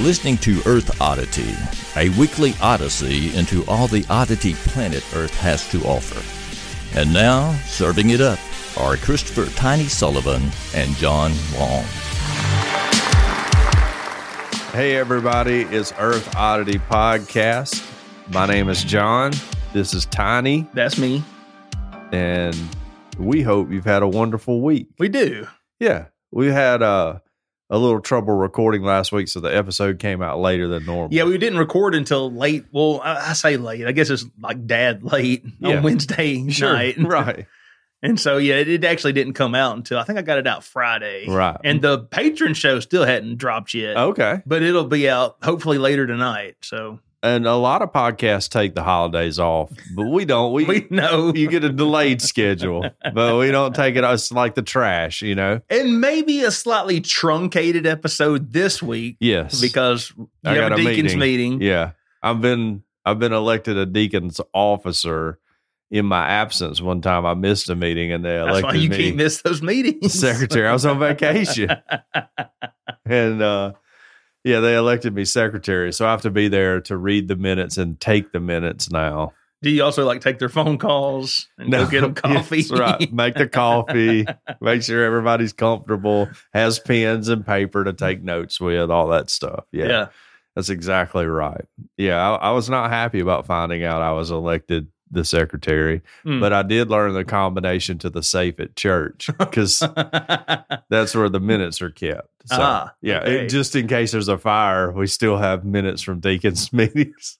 listening to Earth Oddity, a weekly odyssey into all the oddity planet Earth has to offer. And now, serving it up are Christopher Tiny Sullivan and John Long. Hey, everybody, it's Earth Oddity Podcast. My name is John. This is Tiny, That's me. and we hope you've had a wonderful week. We do. Yeah, we had uh, a little trouble recording last week, so the episode came out later than normal. Yeah, we didn't record until late. Well, I, I say late. I guess it's like dad late Yeah. on Wednesday sure. night. Right, And so, yeah, it, it actually didn't come out until I think I got it out Friday. right. Oh. And the patron show still hadn't dropped yet, okay. but it'll be out hopefully later tonight. So And a lot of podcasts take the holidays off, but we don't. We, we know. you get a delayed schedule, but we don't take it. It's like the trash, you know. and maybe a slightly truncated episode this week Yes, because you I have a got a deacon's meeting. meeting. Yeah. I've been I've been elected a deacon's officer in my absence. One time I missed a meeting and they That's elected why you me can't miss those meetings. secretary. I was on vacation. and uh yeah, they elected me secretary. So I have to be there to read the minutes and take the minutes now. Do you also like take their phone calls and go get them coffee? Yes, right. Make the coffee, make sure everybody's comfortable, has pens and paper to take notes with, all that stuff. Yeah. That's exactly right. Yeah, I, I was not happy about finding out I was elected the secretary, Hmm. but I did learn the combination to the safe at church because that's where the minutes are kept. So, Ah, yeah, okay. it- just in case there's a fire, we still have minutes from deacons' meetings.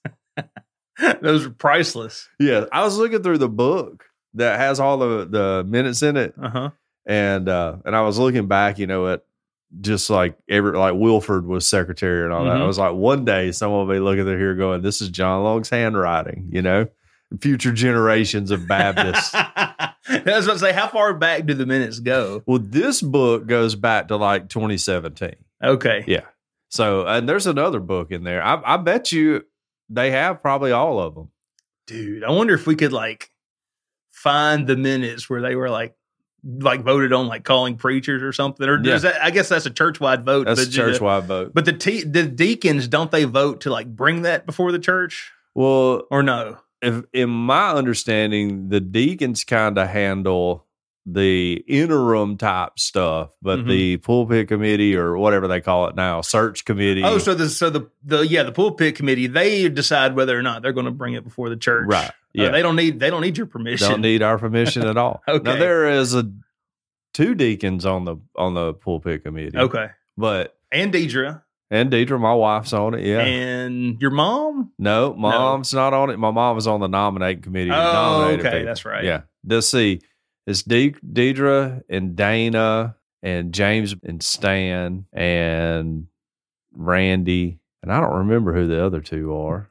Those are priceless. yeah, I was looking through the book that has all the the minutes in it, Uh huh. and uh and I was looking back, you know, at just like every like Wilford was secretary and all that. I Mhm. was like, one day someone will be looking through here going, "This is John Long's handwriting," you know, future generations of Baptists. That's what I say. How far back do the minutes go? well, this book goes back to like 2017. Okay. Yeah. So and there's another book in there. I, I bet you they have probably all of them. Dude, I wonder if we could like find the minutes where they were like, like voted on like calling preachers or something. Or Yeah. does that, I guess that's a church wide vote. That's but a do the- church wide vote. But the, te- the deacons, don't they vote to like bring that before the church Well, or no? if in my understanding, the deacons kind of handle the interim type stuff, but Mhm. the pulpit committee or whatever they call it now, search committee. Oh, so the so the the yeah the pulpit committee they decide whether or not they're going to bring it before the church. right. Uh, Yeah. they don't need they don't need your they permission. don't need our permission at all. Now Okay. there is a two deacons on the on the pulpit committee. okay. But And Deidre and Deidre, my wife's on it. Yeah. and your mom. no, mom's not on it. My mom was on the nominating committee. to Oh, nominate okay, people. that's right. Yeah. Let's see. It's De- Deidre and Dana and James and Stan and Randy. And I don't remember who the other two are.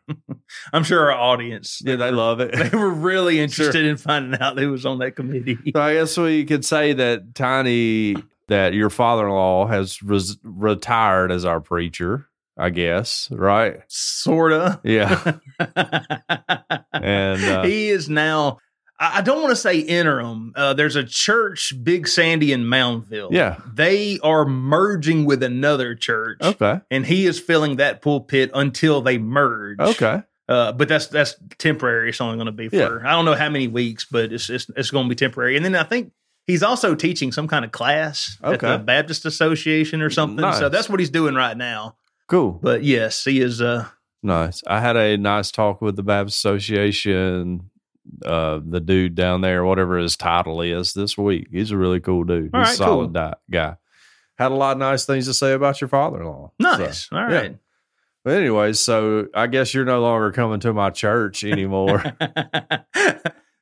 I'm sure our audience yeah, they love they it. were really interested in finding out who was on that committee. so I guess we could say that Tiny, that your father in law has res- retired as our preacher, I guess, right? Sorta. Yeah. And uh, he is now. I I don't want to say interim. Uh, there's a church, Big Sandy in Moundville. yeah. Oh. They are merging with another church. Okay. and he is filling that pulpit until they merge. Okay. uh, but that's that's temporary. It's only going to be for Yeah. I don't know how many weeks, but it's it's, it's going to be temporary. And then I think he's also teaching some kind of class at Okay. the Baptist Association or something. So Nice. that's what he's doing right now. Cool. But yes, he is. Uh, Nice. I had a nice talk with the Baptist Association, uh, the dude down there, whatever his title is, this week. He's a really cool dude. All He's a right, solid cool. di- guy. Had a lot of nice things to say about your father in law. nice. All yeah. right. But anyway, so I guess you're no longer coming to my church anymore.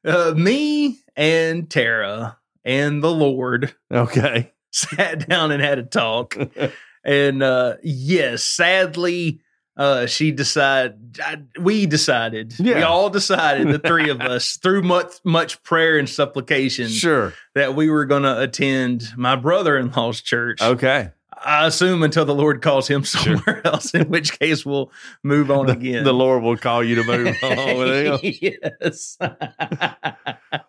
uh, me and Tara and the Lord okay. sat down and had a talk. and uh yes, sadly, uh she decided I, we decided. We Yeah. all decided the three of us through much much prayer and supplication Sure. that we were going to attend my brother-in-law's church. Okay. I assume until the Lord calls him Oh. Sure. somewhere else, in which case we'll move on again. The Lord will call you to move on with him. yes.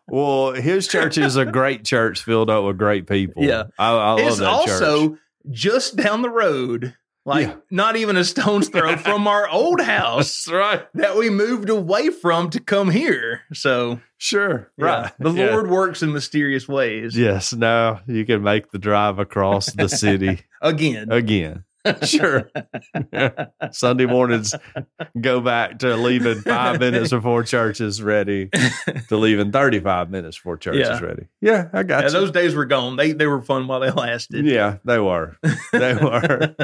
Well, his church is a great church filled up with great people. Yeah. I, I love it's that church. also just down the road Like Yeah. not even a stone's throw from our old house right. that we moved away from to come here. So Sure. yeah, Right. the Yeah. Lord works in mysterious ways. Yes. Now you can make the drive across the city Again, again. Sure. Sunday mornings go back to leaving five minutes before church is ready to leaving 35 minutes before church Yeah. is ready. Yeah. I got yeah, you. those days were gone. They they were fun while they lasted. yeah. They were. They were.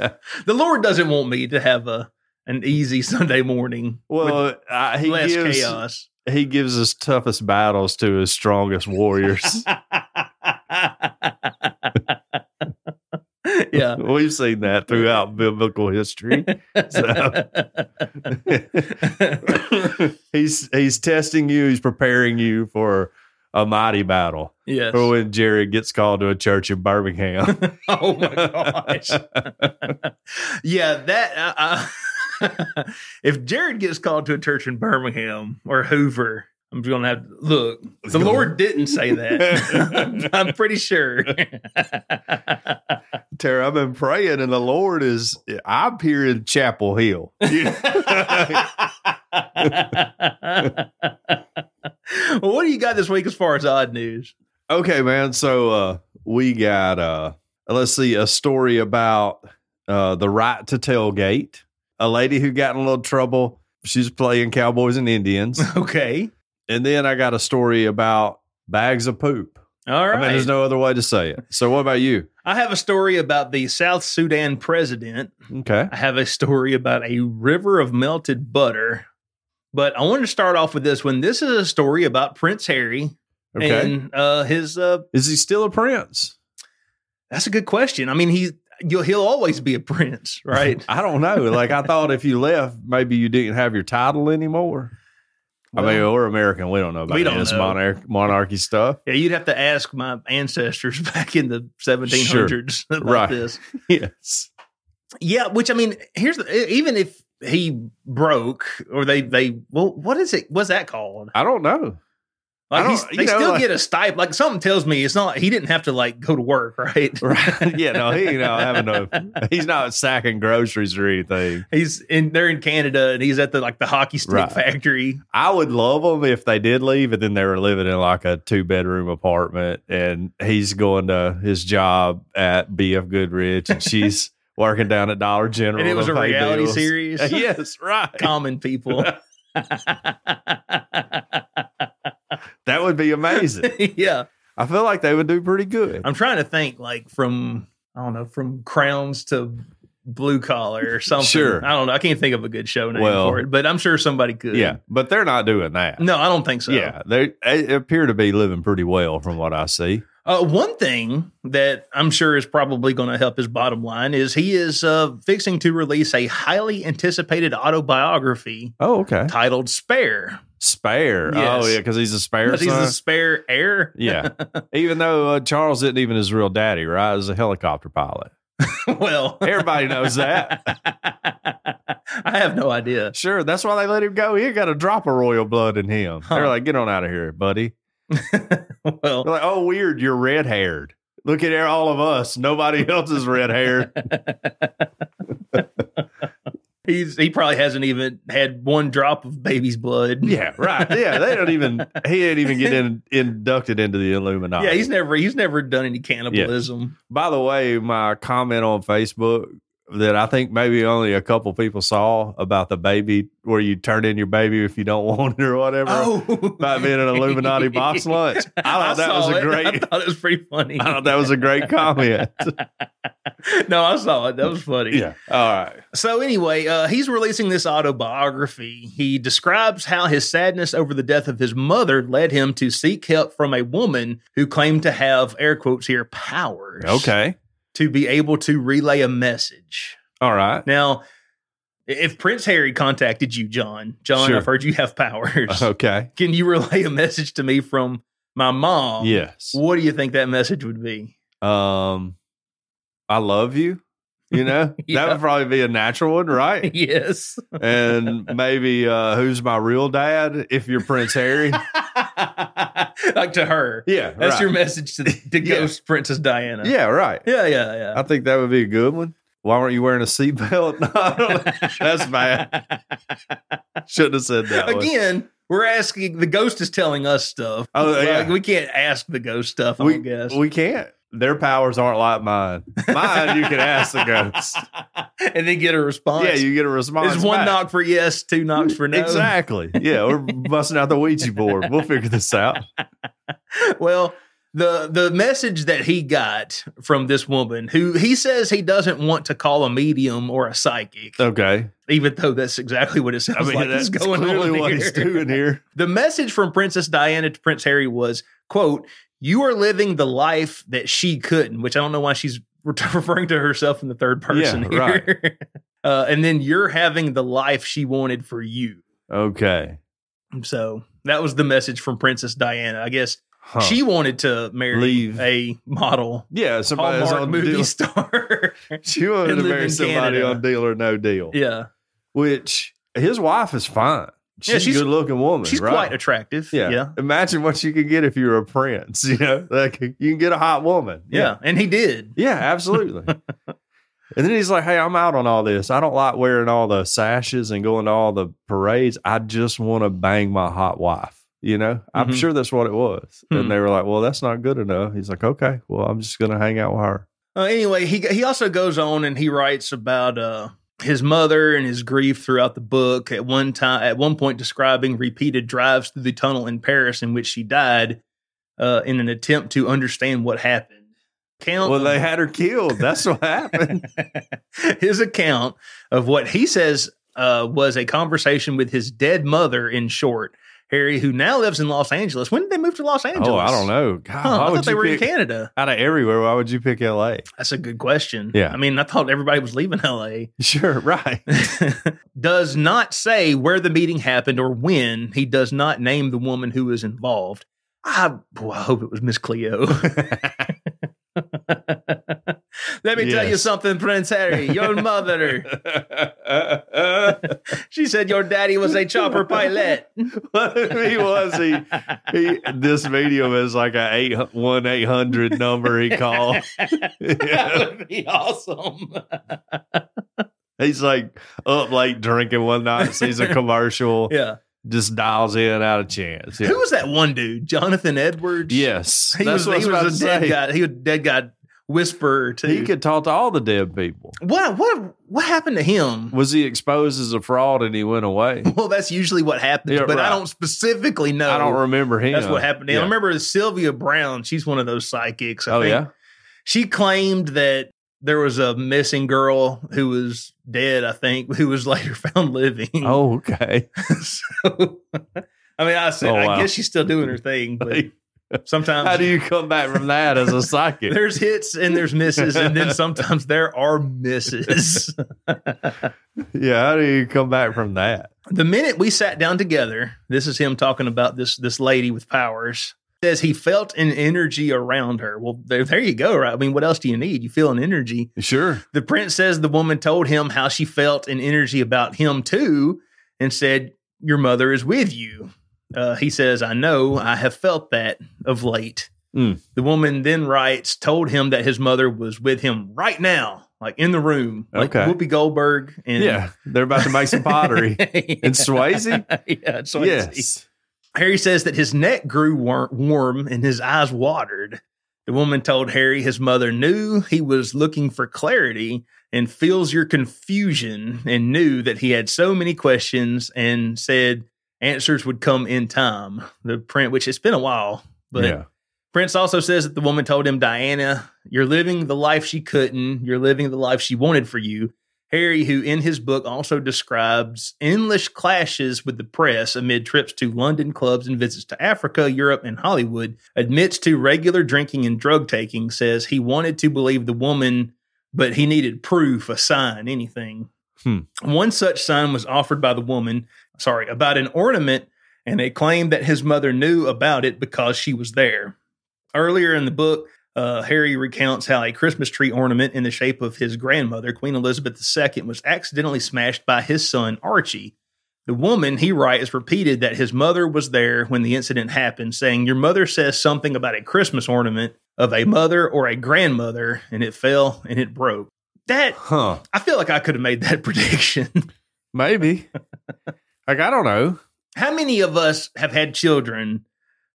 the Lord doesn't want me to have a an easy Sunday morning. Well, I, with he less gives chaos. he gives his toughest battles to his strongest warriors. yeah. We've seen that throughout biblical history. he's he's testing you. He's preparing you for a mighty battle. yes. Or when Jared gets called to a church in Birmingham. Oh my gosh. yeah, that. Uh, uh, if Jared gets called to a church in Birmingham or Hoover, I'm just gonna have to look. The Lord didn't say that. I'm pretty sure. Tara, I've been praying, and the Lord is. I'm here in Chapel Hill. well, what do you got this week as far as odd news? Okay, man. So uh, we got uh, let's see a story about uh, the right to tailgate. A lady who got in a little trouble. She's playing Cowboys and Indians, Okay. and then I got a story about bags of poop. All right. I mean, there's no other way to say it. So, what about you? I have a story about the South Sudan president. Okay, I have a story about a river of melted butter. But I wanted to start off with this one. This is a story about Prince Harry okay. and uh, his. Uh, is he still a prince? that's a good question. I mean, he you'll, he'll always be a prince, right? I don't know. Like I thought, if you left, maybe you didn't have your title anymore. I mean, Well, we're American. We don't know about We don't this know. monarch monarchy stuff. yeah, you'd have to ask my ancestors back in the 1700s about Right. this. Yes. Yeah, which I mean, here's the, e, even if he broke or they they well, what is it? What's that called? I don't know. I Like don't- he's, you they know, still like- get a stipend. Like something tells me it's not like he didn't have to like go to work, right? Right. Yeah, no, he ain't out having no he's not sacking groceries or anything. He's in they're in Canada and he's at the like the hockey stick Right. factory. I would love them if they did leave and then they were living in like a two bedroom apartment and he's going to his job at BF Goodrich and she's working down at Dollar General. and it was to a pay reality bills. series. yes, right. Common people. That would be amazing. yeah. I feel like they would do pretty good. I'm trying to think like from I don't know, from crowns to blue collar or something. Sure. I don't know. I can't think of a good show name Well- for it, but I'm sure somebody could. Yeah, but they're not doing that. No, I don't think so. Yeah, they, they appear to be living pretty well from what I see. Uh, one thing that I'm sure is probably going to help his bottom line is he is uh, fixing to release a highly anticipated autobiography Oh, okay. titled Spare. Spare. Yes. Oh, yeah, because he's a spare Because he's son. a spare heir. yeah, even though uh, Charles isn't even his real daddy, right? He's a helicopter pilot. well, Everybody knows that. I have no idea. Sure, that's why they let him go. He got a drop of royal blood in him. They're Huh. like, get on out of here, buddy. Well, They're like, oh, weird, you're red haired. Look at all of us. Nobody else is red haired. he's he probably hasn't even had one drop of baby's blood. Yeah, right. Yeah, they don't even. He didn't even get in, inducted into the Illuminati. Yeah, he's never he's never done any cannibalism. By the way, my comment on Facebook that I think maybe only a couple people saw about the baby where you turn in your baby if you don't want it or whatever. Oh, About being an Illuminati box lunch. I thought that saw was a it. I great. thought it was pretty funny. I thought that was a great comment. no, I saw it. That was funny. yeah. All right. So anyway, uh, he's releasing this autobiography. He describes how his sadness over the death of his mother led him to seek help from a woman who claimed to have air quotes here powers. Okay. To be able to relay a message. All right. Now, i- if Prince Harry contacted you, John, John, Sure. Uh-huh. I've heard you have powers. Okay. Can you relay a message to me from my mom? Yes. What do you think that message would be? Um, I love you. You know, Yeah. that would probably be a natural one, right? yes. and maybe uh, who's my real dad if you're Prince Harry. like to her. Yeah, That's right. your message to, to Yeah. Ghost Princess Diana. yeah, right. Yeah, yeah, yeah. I think that would be a good one. Why weren't you wearing a seatbelt? No, I don't- that's bad. Shouldn't have said that. one. Again, we're asking the ghost is telling us stuff. Oh, yeah. Like, we can't ask the ghost stuff, I we, don't guess. we can't. Their powers aren't like mine. Mine, you can ask the ghost. and then get a response. Yeah, you get a response. It's one back. knock for yes, two knocks for no. Exactly. Yeah, we're busting out the Ouija board. We'll figure this out. Well, the the message that he got from this woman, who he says he doesn't want to call a medium or a psychic, Okay. even though that's exactly what it sounds Uh, I mean, like that's is going clearly on what here. he's doing here. The message from Princess Diana to Prince Harry was, quote, you are living the life that she couldn't, which I don't know why she's re- referring to herself in the third person Yeah, right. here. Uh, and then you're having the life she wanted for you. Okay. So that was the message from Princess Diana. I guess Huh. she wanted to marry Leave. a model yeah, somebody that's Hallmark on movie deal. star. She wanted and to live marry in somebody Canada. on deal or no deal. yeah, Which his wife is fine. She's, Yeah, she's- a good looking woman. she's right? quite attractive. Yeah. yeah. Yeah. Imagine what you could get if you were a prince. You know, like you can get a hot woman. and he did. Yeah, absolutely. and then he's like, "Hey, I'm out on all this. I don't like wearing all the sashes and going to all the parades. I just want to bang my hot wife." You know, I'm Mhm. sure that's what it was. Hmm. And they were like, "Well, that's not good enough." He's like, "Okay, well, I'm just gonna hang out with her." Uh, anyway, he he also goes on and he writes about uh, his mother and his grief throughout the book. At one time, at one point, describing repeated drives through the tunnel in Paris in which she died, uh, in an attempt to understand what happened. Count Well, they had her killed. That's what happened. his account of what he says uh, was a conversation with his dead mother. In short, Harry, who now lives in Los Angeles. When did they move to Los Angeles? oh, I don't know. God, Huh, why I would thought they you were pick, in Canada. out of everywhere? Why would you pick L.A.? That's a good question. Yeah. I mean, I thought everybody was leaving LA. Sure, right. does not say where the meeting happened or when. He does not name the woman who was involved. I, boy, I hope it was Miss Cleo. Let me tell you Yes. something, Prince Harry. Your mother, she said your daddy was a chopper pilot. he was he he this medium is like a eight one eight hundred number he called. Yeah. would be awesome. He's like up late drinking one night, sees a commercial, yeah. just dials in out of chance. Yeah. Who was that one dude? Jonathan Edwards? yes, He that's was, what he I was was a about dead to say. guy. He was a dead guy whisperer too. He could talk to all the dead people. what what what happened to him? Was he exposed as a fraud and he went away? Well, that's usually what happens, Yeah, but I right. don't specifically know. I don't remember him. That's what happened. to him. Yeah. I remember Sylvia Brown. She's one of those psychics. I oh think. yeah, She claimed that there was a missing girl who was dead. I think who was later found living. oh okay. so, I mean, I said, Oh, I wow. guess she's still doing her thing, but sometimes How do you come back from that as a psychic? there's hits and there's misses, and then sometimes there are misses. yeah, how do you come back from that? the minute we sat down together, this is him talking about this this lady with powers. Says he felt an energy around her. Well, there, there you go, right? I mean, what else do you need? You feel an energy. Sure. The prince says the woman told him how she felt an energy about him too, and said, "Your mother is with you." Uh, he says, "I know. I have felt that of late." Mm. The woman then writes, told him that his mother was with him right now, like in the room, like Okay. Whoopi Goldberg and Yeah, they're about to make some pottery in Swayze. yeah, it's so easy. Yes, Harry says that his neck grew wor- warm and his eyes watered. The woman told Harry his mother knew he was looking for clarity and feels your confusion and knew that he had so many questions and said answers would come in time. The print, which it's been a while, but yeah, Prince also says that the woman told him, Diana, you're living the life she couldn't. You're living the life she wanted for you. Harry, who in his book also describes endless clashes with the press amid trips to London clubs and visits to Africa, Europe, and Hollywood, admits to regular drinking and drug taking, says he wanted to believe the woman, but he needed proof, a sign, anything. Hmm. One such sign was offered by the woman, sorry, about an ornament and a claim that his mother knew about it because she was there. Earlier in the book, uh, Harry recounts how a Christmas tree ornament in the shape of his grandmother, Queen Elizabeth II, was accidentally smashed by his son, Archie. The woman, he writes, repeated that his mother was there when the incident happened, saying, Your mother says something about a Christmas ornament of a mother or a grandmother, and it fell and it broke. That Huh. I feel like I could have made that prediction. Maybe. like, I don't know. How many of us have had children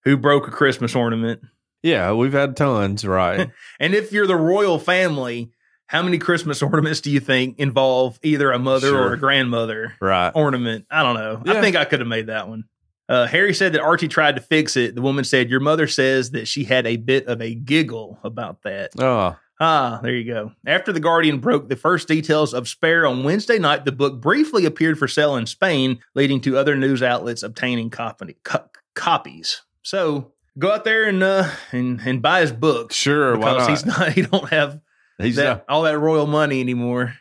who broke a Christmas ornament? Yeah, we've had tons, right? And if you're the royal family, how many Christmas ornaments do you think involve either a mother Sure. or a grandmother right. ornament? I don't know. I Yeah. think I could have made that one. Uh, Harry said that Archie tried to fix it. The woman said, Your mother says that she had a bit of a giggle about that. Oh, Ah, there you go. After The Guardian broke the first details of Spare on Wednesday night, the book briefly appeared for sale in Spain, leading to other news outlets obtaining copy, co- copies. So go out there and uh, and and buy his book sure. Why not? because he's not he don't have He's that not- all that royal money anymore.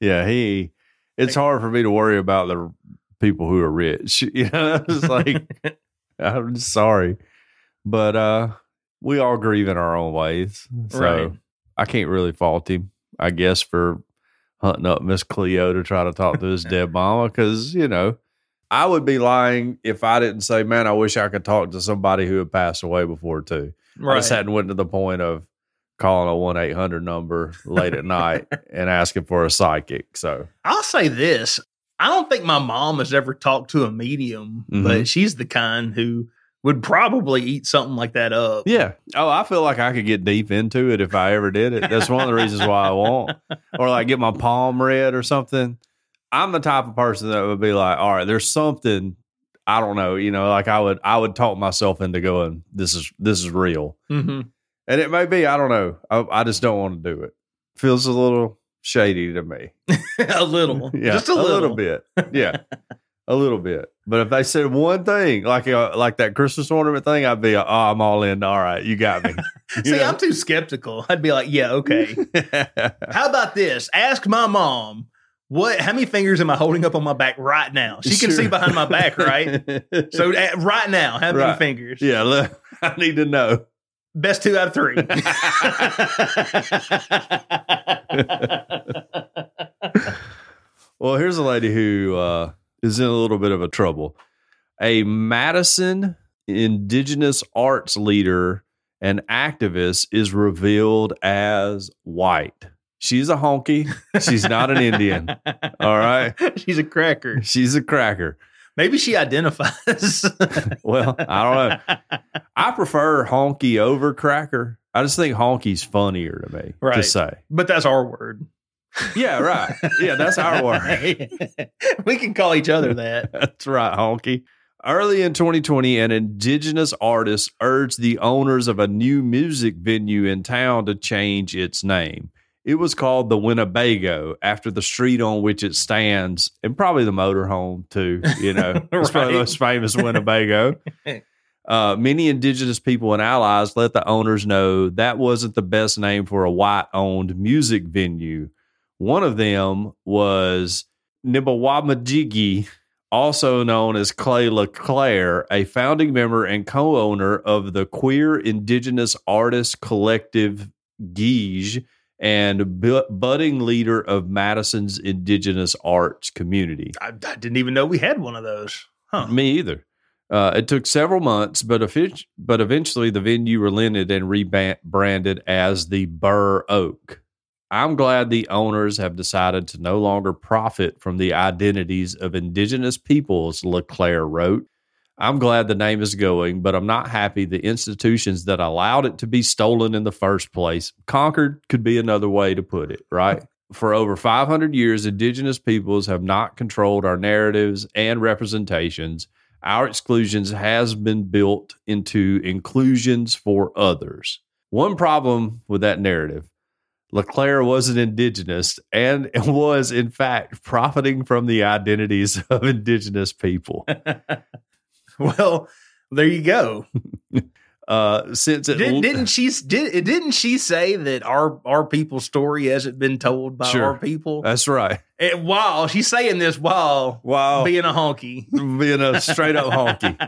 yeah, he. It's hard for me to worry about the people who are rich. You know, it's like I'm sorry, but uh, we all grieve in our own ways. So Right. I can't really fault him. I guess for hunting up Miss Cleo to try to talk to his dead mama because you know. I would be lying if I didn't say, man, I wish I could talk to somebody who had passed away before too. I just hadn't went to the point of calling a one eight hundred number late at night and asking for a psychic. So I'll say this. I don't think my mom has ever talked to a medium, Mhm. but she's the kind who would probably eat something like that up. yeah. Oh, I feel like I could get deep into it if I ever did it. That's one of the reasons why I won't. Or like get my palm read or something. I'm the type of person that would be like, all right, there's something I don't know, you know, like I would I would talk myself into going, this is this is real. hmm And it may be, I don't know. I, I just don't want to do it. Feels a little shady to me. a little, yeah, just a little, bit. Yeah, a little bit. But if they said one thing, like uh, like that Christmas ornament thing, I'd be, oh, I'm all in. All right, you got me. You See, know? I'm too skeptical. I'd be like, yeah, okay. how about this? Ask my mom what how many fingers am I holding up on my back right now? She Sure. can see behind my back, right? so So at, right now, how many Right. fingers? yeah, look, I need to know. Best two out of three. Well, here's a lady who uh, is in a little bit of a trouble. A Madison Indigenous arts leader and activist is revealed as white. She's a honky. She's not an Indian. All right. She's a cracker. She's a cracker. Maybe she identifies. Well, I don't know. I prefer honky over cracker. I just think honky's funnier to me to Right. say. but that's our word. Yeah, right. Yeah, that's our word. we can call each other that. That's right, honky. Early in 2020, an indigenous artist urged the owners of a new music venue in town to change its name. It was called the Winnebago after the street on which it stands, and probably the motorhome too. You know, it's probably the Right. most famous Winnebago. Uh, many indigenous people and allies let the owners know that wasn't the best name for a white owned music venue. One of them was Nibawamajigi, also known as Clay LeClaire, a founding member and co owner of the Queer Indigenous Artists Collective Gige and bu- budding leader of Madison's Indigenous arts community. I, I didn't even know we had one of those. Huh. Me either. Uh, it took several months, but offic- but eventually the venue relented and rebranded as the Burr Oak. I'm glad the owners have decided to no longer profit from the identities of indigenous peoples, LeClaire wrote. I'm glad the name is going, but I'm not happy the institutions that allowed it to be stolen in the first place. Conquered could be another way to put it, right? For over 500 years, indigenous peoples have not controlled our narratives and representations. Our exclusions has been built into inclusions for others. One problem with that narrative, LeClaire was an indigenous and was in fact profiting from the identities of indigenous people. Well, there you go. Uh, since it Did, didn't she did didn't she say that our our people's story hasn't been told by Sure. Uh, our people? That's right. And while she's saying this while Wow. being a honky. being a straight up honky.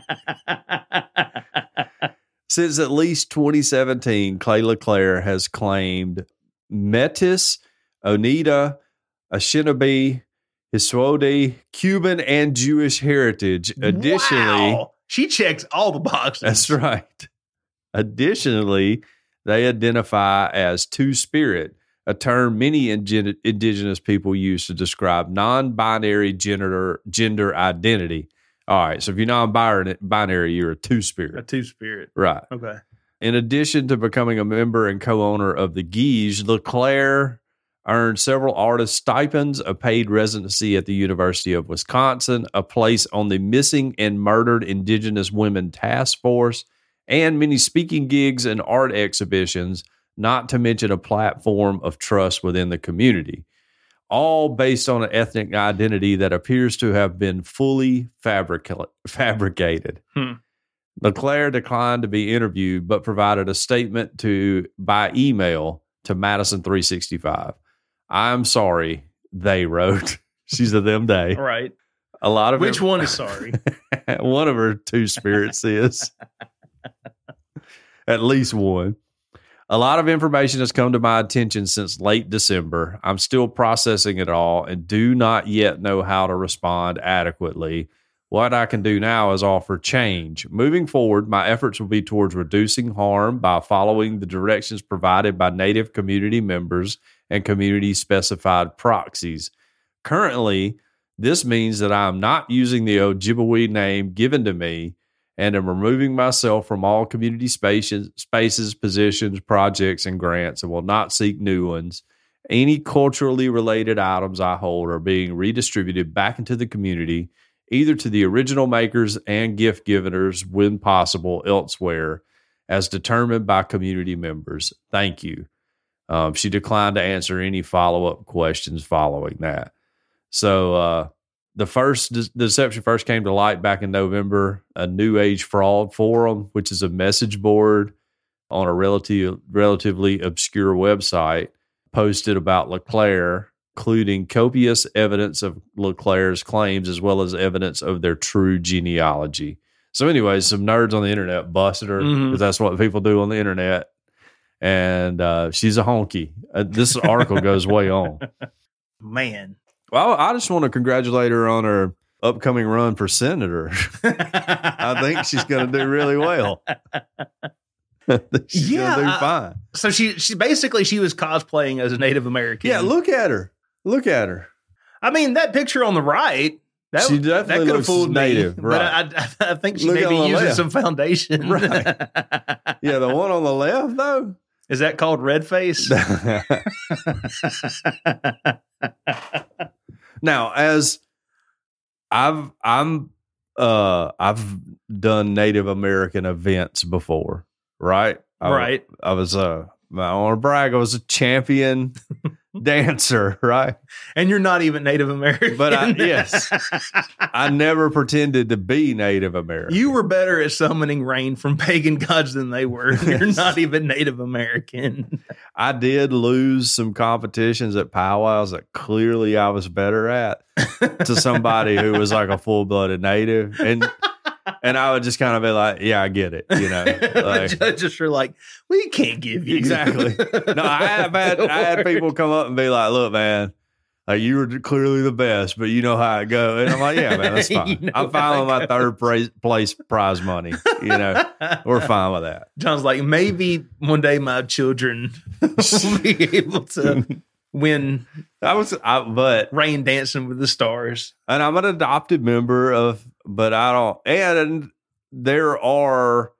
Since at least 2017, Clay LeClaire has claimed Metis, Oneida, Anishinaabe, Hiswode, Cuban, and Jewish heritage. Additionally, Wow. she checks all the boxes. that's right. Additionally, they identify as Two Spirit, a term many ingen- indigenous people use to describe non-binary gender gender identity. All right, so if you're non-binary, binary, you're a A two-spirit, two spirit. right? Okay. In addition to becoming a member and co-owner of the Guiges, Leclaire earned several artist stipends, a paid residency at the University of Wisconsin, a place on the Missing and Murdered Indigenous Women Task Force, and many speaking gigs and art exhibitions, not to mention a platform of trust within the community. All based on an ethnic identity that appears to have been fully fabrica- fabricated. Hmm. Leclaire declined to be interviewed, but provided a statement to by email to Madison 365. I'm sorry, they wrote. She's a them day. All right. A lot of Which her- one is sorry? one of her two spirits is. At least one. A lot of information has come to my attention since late December. I'm still processing it all and do not yet know how to respond adequately. What I can do now is offer change. Moving forward, my efforts will be towards reducing harm by following the directions provided by Native community members and community specified proxies. Currently, this means that I am not using the Ojibwe name given to me and am removing myself from all community spaces, spaces, positions, projects, and grants and will not seek new ones. Any culturally related items I hold are being redistributed back into the community, either to the original makers and gift givers when possible elsewhere, as determined by community members. Thank you. Um, she declined to answer any follow up questions following that. So uh, the first de- deception first came to light back in November. A New Age fraud forum, which is a message board on a relative, relatively obscure website, posted about Leclaire, including copious evidence of Leclaire's claims as well as evidence of their true genealogy. So, anyway, some nerds on the internet busted her because Mhm. that's what people do on the internet. And uh, she's a honky. Uh, this article goes way on. Man. Well, I just want to congratulate her on her upcoming run for senator. I I think she's going to do really well. I think she's Yeah, going to do I- fine. So she she basically she was cosplaying as a Native American. Yeah, look at her. Look at her. I mean that picture on the right. That, She that definitely could have looks fooled Native, me, right. but I, I, I think she Look may on be the using left. some foundation. Right. Yeah, the one on the left though. Is that called red face? now, as I've I'm uh I've done Native American events before, right? I- right. I was a I don't want to brag. I was a champion dancer, right? And you're not even Native American. But I, yes, I never pretended to be Native American. You were better at summoning rain from pagan gods than they were. You're not even Native American. I did lose some competitions at powwows that clearly I was better at to somebody who was like a full blooded Native, and and I would just kind of be like, yeah, I get it, you know. the Like, judges were like, we can't give you Exactly. No, I have had I had people come up and be like, "Look, man, like you were clearly the best, but you know how it go." And I'm like, "Yeah, man, that's You fine. know I'm how fine it with my third place, place prize money. You know, we're fine with that." John's like, maybe one day my children will be able to win I was, I, but rain dancing with the stars. and I'm an adopted member of, but I don't. And there are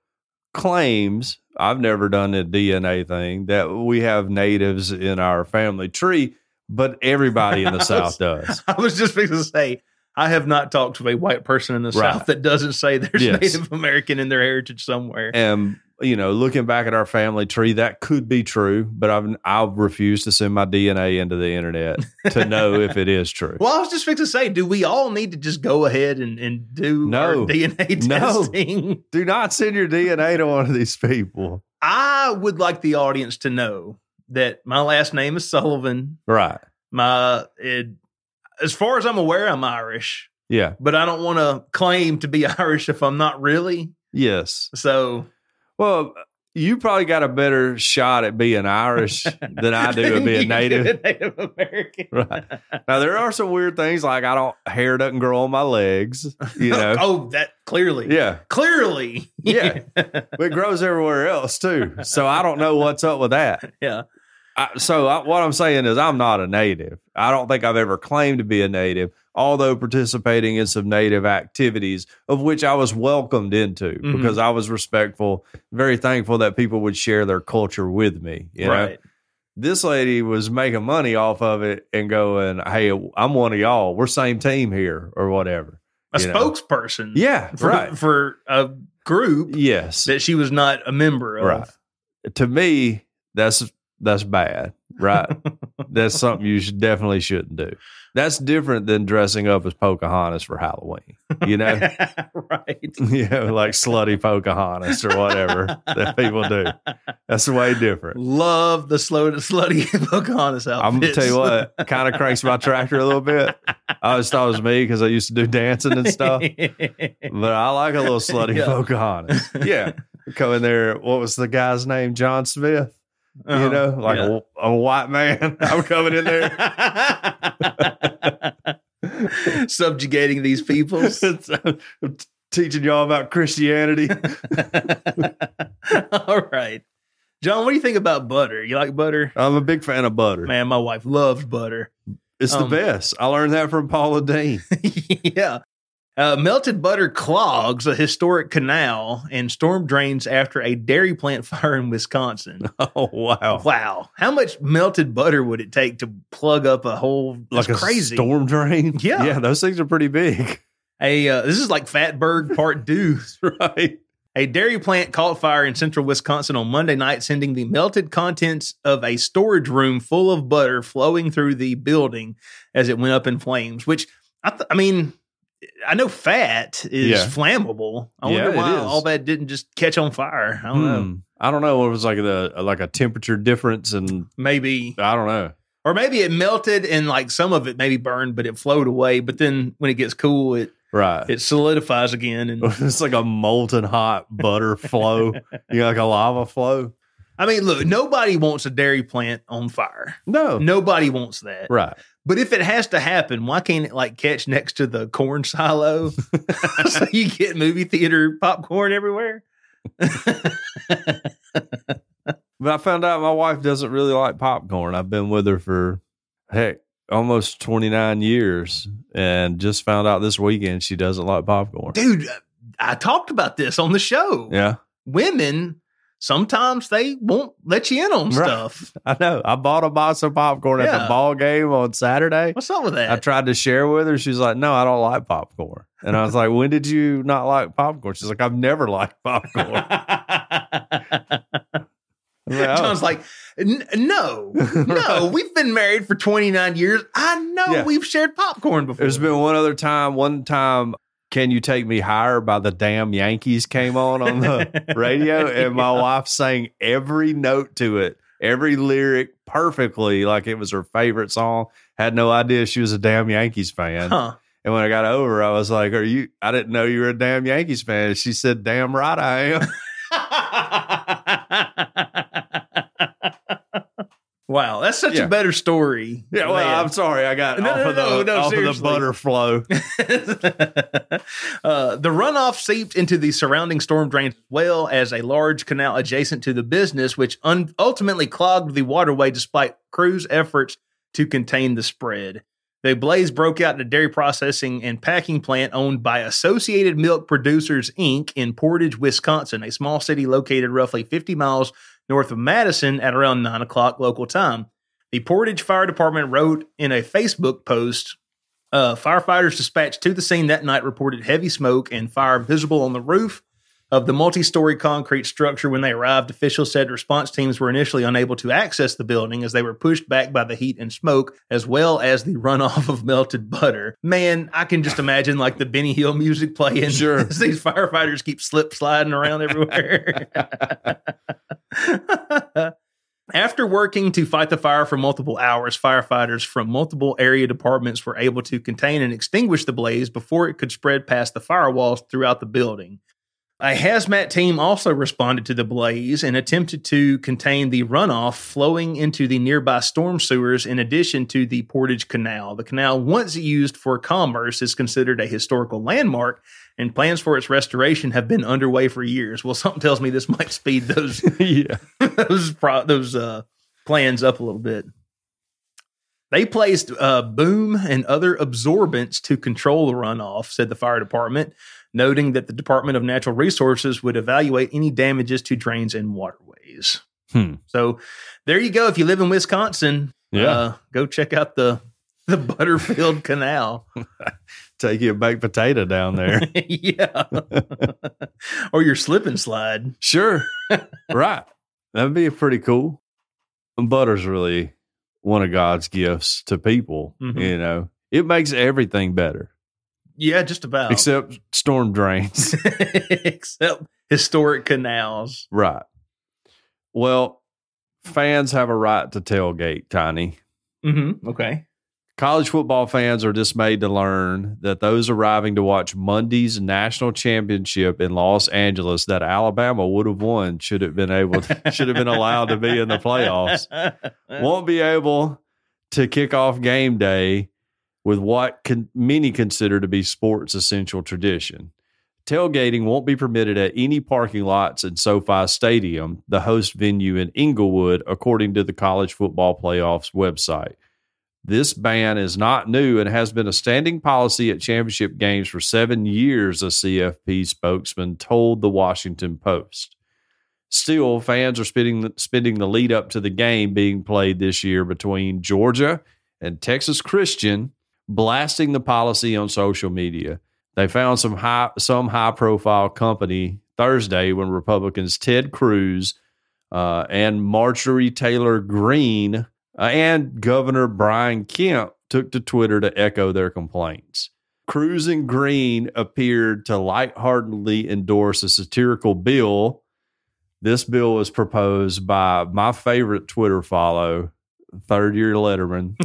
claims I've never done a DNA thing that we have natives in our family tree, but everybody in the South does. I was just going to say, I have not talked to a white person in the Right. South that doesn't say there's Yes. Native American in their heritage somewhere. and you know looking back at our family tree that could be true but i've i've refused to send my dna into the internet to know if it is true Well, I was just fixing to say, do we all need to just go ahead and, and do No. our DNA No. testing? do not send your dna to one of these people I would like the audience to know that my last name is Sullivan. right My it, as far as I'm aware, I'm Irish, yeah but I don't want to claim to be Irish if I'm not really. yes So well you probably got a better shot at being irish than i do at being native Native American. right now there are some weird things like i don't hair doesn't grow on my legs you know oh, that clearly. yeah Clearly. yeah but it grows everywhere else too so i don't know what's up with that yeah. I, so I, what I'm saying is, I'm not a native. I don't think I've ever claimed to be a native, although participating in some native activities of which I was welcomed into Mhm. because I was respectful, very thankful that people would share their culture with me. You know? right. This lady was making money off of it and going, "Hey, I'm one of y'all. We're same team here, or whatever." A you know. spokesperson. Yeah, Mm-hmm. For, right. for a group Yes, that she was not a member of. Right. to me, that's that's bad, right? that's something you should definitely shouldn't do. That's different than dressing up as Pocahontas for Halloween. You know, right. you know, like slutty Pocahontas or whatever that people do. That's way different. Love the slow slutty Pocahontas outfits. I'm gonna tell you what, kind of cranks my tractor a little bit. I always thought it was me because I used to do dancing and stuff. But I like a little slutty Yeah. Pocahontas. Yeah. Come in there. What was the guy's name? John Smith. you know, like yeah. a, a white man. I'm coming in there. subjugating these peoples. I'm t- teaching y'all about Christianity. All right. John, what do you think about butter? You like butter? I'm a big fan of butter. Man, my wife loves butter. it's the um, best. I learned that from Paula Dean. yeah. Uh, melted butter clogs a historic canal and storm drains after a dairy plant fire in Wisconsin. Oh wow! Wow. How much melted butter would it take to plug up a whole Like that's a crazy. storm drain. Yeah. yeah. Those things are pretty big, A uh, this is like Fatberg part 2. right? A dairy plant caught fire in central Wisconsin on Monday night, sending the melted contents of a storage room full of butter flowing through the building as it went up in flames. Which I, th- I mean, I know fat is Yeah. flammable. I Yeah, wonder it why is. all that didn't just catch on fire. I don't know. Hmm. I don't know. It was like the like a temperature difference, and Maybe, I don't know. or maybe it melted and like some of it maybe burned, but it flowed away. But then when it gets cool, it Right. it solidifies again. And It's like a molten hot butter flow, you know, like a lava flow. I mean, look, nobody wants a dairy plant on fire. No, Nobody wants that. right. But if it has to happen, why can't it like catch next to the corn silo so you get movie theater popcorn everywhere? But I found out my wife doesn't really like popcorn. I've been with her for heck almost 29 years and just found out this weekend she doesn't like popcorn. Dude, I talked about this on the show. Yeah. Women sometimes they won't let you in on Right. stuff. I know. I bought a box of popcorn at Yeah. the ball game on Saturday. What's up with I that? tried to share with her. She's like, "No, I don't like popcorn." And I was like, "When did you not like popcorn?" She's like, "I've never liked popcorn." I'm like, "Oh." John's like, "N- no, no, we've been married for 29 years. I know Yeah. we've shared popcorn before. There's been one other time. One time, "Can You Take Me Higher" by the damn Yankees came on on the radio, and my wife sang every note to it, every lyric perfectly, like it was her favorite song. Had no idea she was a damn Yankees fan. huh. And when I got over, I was like, "Are you? I didn't know you were a damn Yankees fan." She said, "Damn right I am." wow, that's such Yeah. a better story. yeah, well, Man. I'm sorry, I got No, off no, of the no, no, off of the seriously. butter flow. uh, the runoff seeped into the surrounding storm drains, as well as a large canal adjacent to the business, which un- ultimately clogged the waterway despite crews' efforts to contain the spread. The blaze broke out at a dairy processing and packing plant owned by Associated Milk Producers Inc. in Portage, Wisconsin, a small city located roughly 50 miles north of Madison at around 9 o'clock local time. The Portage Fire Department wrote in a Facebook post uh, firefighters dispatched to the scene that night reported heavy smoke and fire visible on the roof of the multi story concrete structure. When they arrived, officials said response teams were initially unable to access the building as they were pushed back by the heat and smoke, as well as the runoff of melted butter. Man, I can just imagine like the Benny Hill music playing. Sure. as these firefighters keep slip sliding around everywhere. After working to fight the fire for multiple hours, firefighters from multiple area departments were able to contain and extinguish the blaze before it could spread past the firewalls throughout the building. A hazmat team also responded to the blaze and attempted to contain the runoff flowing into the nearby storm sewers, in addition to the Portage Canal. The canal, once used for commerce, is considered a historical landmark, and plans for its restoration have been underway for years. Well, something tells me this might speed those yeah, those pro- those uh plans up a little bit. They placed uh, boom and other absorbents to control the runoff, said the fire department, noting that the Department of Natural Resources would evaluate any damages to drains and waterways. Hmm. So there you go. If you live in Wisconsin, Yeah. uh, go check out the the Butterfield Canal. Take you a baked potato down there. yeah. or your slip and slide. Sure. right. That'd be pretty cool. Butter's really one of God's gifts to people. Mhm. You know, it makes everything better Yeah, just about. except storm drains. except historic canals. right. Well, fans have a right to tailgate, Tiny. Mm-hmm. Okay. College football fans are dismayed to learn that those arriving to watch Monday's national championship in Los Angeles that Alabama would have won should have been able should have been allowed to be in the playoffs. won't be able to kick off game day with what con- many consider to be sports essential tradition. Tailgating won't be permitted at any parking lots in SoFi Stadium, the host venue in Inglewood, according to the College Football Playoffs website. This ban is not new and has been a standing policy at championship games for seven years, a CFP spokesman told the Washington Post. Still, fans are spending the, spending the lead up to the game being played this year between Georgia and Texas Christian blasting the policy on social media. They found some high some high profile company Thursday when Republicans Ted Cruz uh, and Marjorie Taylor Greene uh, and Governor Brian Kemp took to Twitter to echo their complaints. Cruz and Green appeared to lightheartedly endorse a satirical bill this bill was proposed by my favorite Twitter follow, third year Letterman,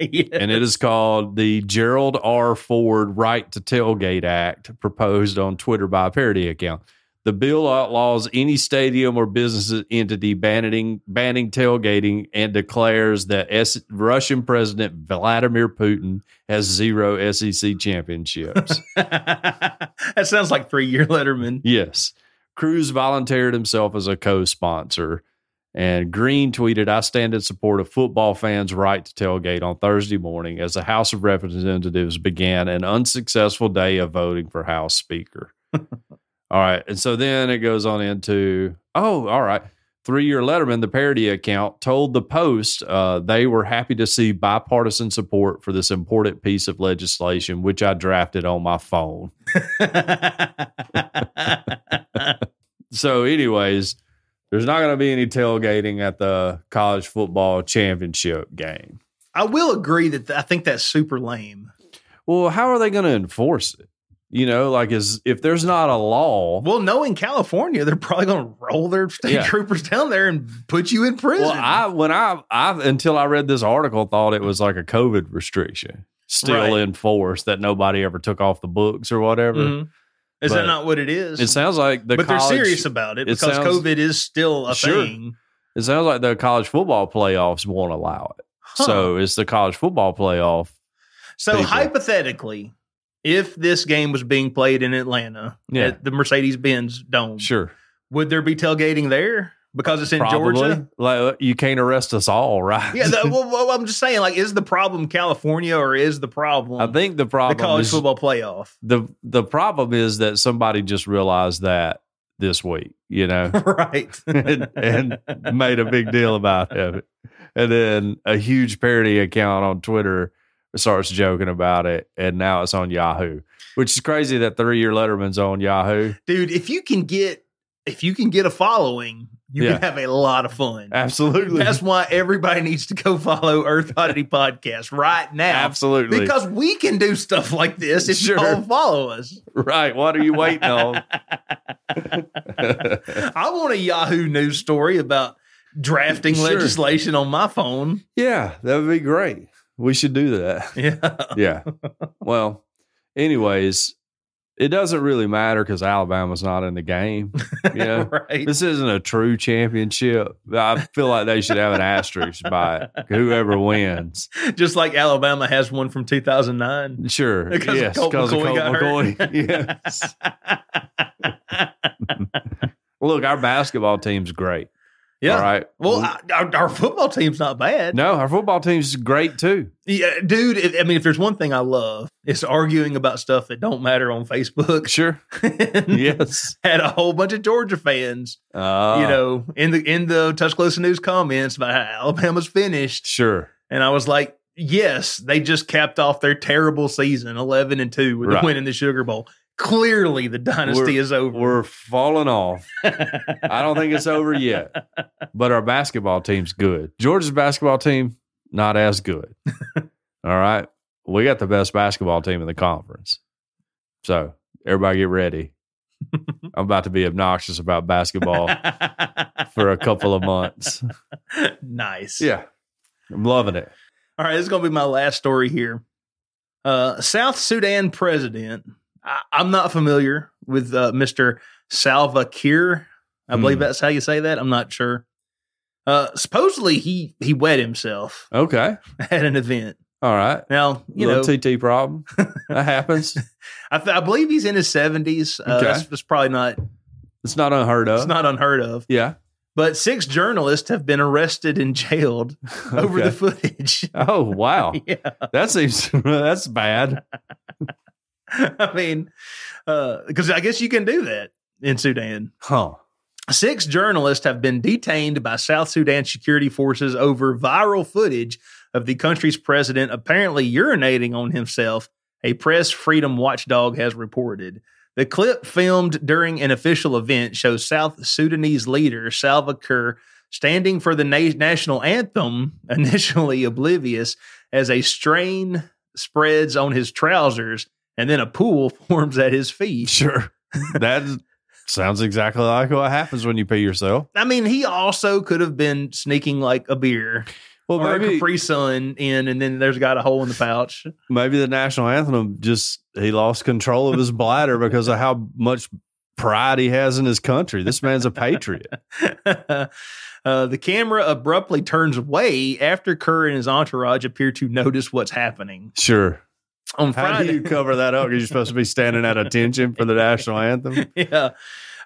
yeah. and it is called the Gerald R. Ford Right to Tailgate Act, proposed on Twitter by a parody account. The bill outlaws any stadium or business entity banning banning tailgating and declares that S- Russian President Vladimir Putin has zero SEC championships. that sounds like three year Letterman. Yes. Cruz volunteered himself as a co sponsor. And Green tweeted, I stand in support of football fans' right to tailgate on Thursday morning as the House of Representatives began an unsuccessful day of voting for House Speaker. all right. And so then it goes on into, oh, all right. Three year Letterman, the parody account, told the Post uh, they were happy to see bipartisan support for this important piece of legislation, which I drafted on my phone. So, anyways, there's not going to be any tailgating at the college football championship game. I will agree that th- I think that's super lame. Well, how are they going to enforce it? You know, like is if there's not a law. Well, Well, knowing California, they're probably going to roll their state Yeah. troopers down there and put you in prison. I when I I until I read this article thought it was like a COVID restriction still Right. in force that nobody ever took off the books or whatever. Mhm. Is that But- not what it is? It sounds like the but college, they're serious about it, it because sounds- COVID is still a Sure. thing. It sounds like the college football playoffs won't allow it. Huh. So it's the college football playoff. So people. hypothetically, if this game was being played in Atlanta Yeah. at the Mercedes Benz Dome, Sure. would there be tailgating there because it's in Georgia? Like uh, you can't arrest us all, right? Yeah, the, well, well, I'm just saying, like, is the problem California or is the problem, I think the the problem college is, football playoff? the the problem is that somebody just realized that this week, you know, right. and, and made a big deal about it. And then a huge parody account on Twitter starts joking about it, and now it's on Yahoo, which is crazy that three year Letterman's on Yahoo. Dude, if you can get if you can get a following, you Yeah. can have a lot of fun. Absolutely, That's why everybody needs to go follow Earth Oddity Podcast right now. absolutely Because we can do stuff like this if Sure. you all follow us. right. What are you waiting on? I want a Yahoo News story about drafting Sure. legislation on my phone. yeah, that would be great. We should do that. Yeah. yeah. Well, anyways, it doesn't really matter because Alabama's not in the game. Yeah. right. this isn't a true championship. I feel like they should have an asterisk by it. Whoever wins. Just like Alabama has one from 2009. Sure. Because yes. Colt of McCoy got hurt. McCoy. yes. Look, our basketball team's great. Yeah. All right. Well, I, our, our football team's not bad. no, our football team's great too. Yeah, dude. If, I mean, if there's one thing I love, it's arguing about stuff that don't matter on Facebook. Sure. yeah. Yes. Had a whole bunch of Georgia fans, Uh, you know, in the in the Tuscaloosa News comments about how Alabama's finished, Sure. and I was like, yes, they just capped off their terrible season, eleven and two, with Right. the win in the Sugar Bowl. Clearly, the dynasty We're- is over. We're falling off. I don't think it's over yet, but our basketball team's good. Georgia's basketball team, not as good. All right. We got the best basketball team in the conference. So everybody get ready. I'm about to be obnoxious about basketball for a couple of months. nice. Yeah. I'm loving it. All right, this is going to be my last story here. Uh, South Sudan president. I, I'm not familiar with uh, Mr. Salva Kiir. I believe Hmm. that's how you say that. I'm not sure. Uh, supposedly he he wet himself Okay. at an event. All right. Now you know Little TT problem. That happens. I, th- I believe he's in his 70s. Uh, Okay. that's, that's probably not It's not unheard of. it's not unheard of. yeah. But six journalists have been arrested and jailed over the Okay. footage. Oh wow. yeah. That seems that's bad. I mean, because I guess you can do that in Sudan. Huh. Six journalists have been detained by South Sudan security forces over viral footage of the country's president apparently urinating on himself, a press freedom watchdog has reported. The clip filmed during an official event shows South Sudanese leader Salva Kiir standing for the na- national anthem, initially oblivious, as a strain spreads on his trousers and then a pool forms at his feet. Sure. That sounds exactly like what happens when you pee yourself. I mean, he also could have been sneaking like a beer Well, or a maybe Capri Sun in, and then there's got a hole in the pouch. maybe the national anthem just he lost control of his bladder because of how much pride he has in his country. This man's a patriot. uh, the camera abruptly turns away after Kerr and his entourage appear to notice what's happening. Sure. On How do Friday, you cover that up? 'Cause You're supposed to be standing at attention for the national anthem. yeah.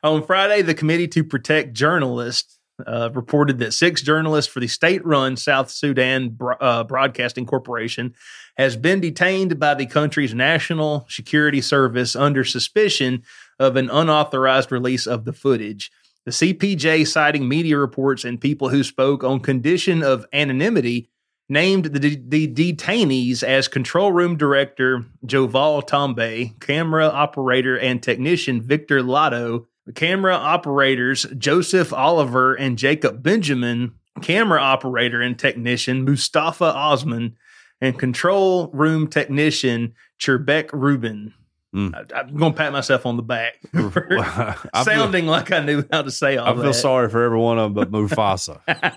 On Friday, the Committee to Protect Journalists uh, reported that six journalists for the state run South Sudan Bro- uh, Broadcasting Corporation has been detained by the country's National Security Service under suspicion of an unauthorized release of the footage. The CPJ, citing media reports and people who spoke on condition of anonymity, named the, de- the detainees as control room director Joval Tombe, camera operator and technician Victor Lotto, camera operators Joseph Oliver and Jacob Benjamin, camera operator and technician Mustafa Osman, and control room technician Cherbek Rubin. Mm. I, am going to pat myself on the back for I feel, sounding like I knew how to say all I feel that. sorry for every one of them but Mufasa.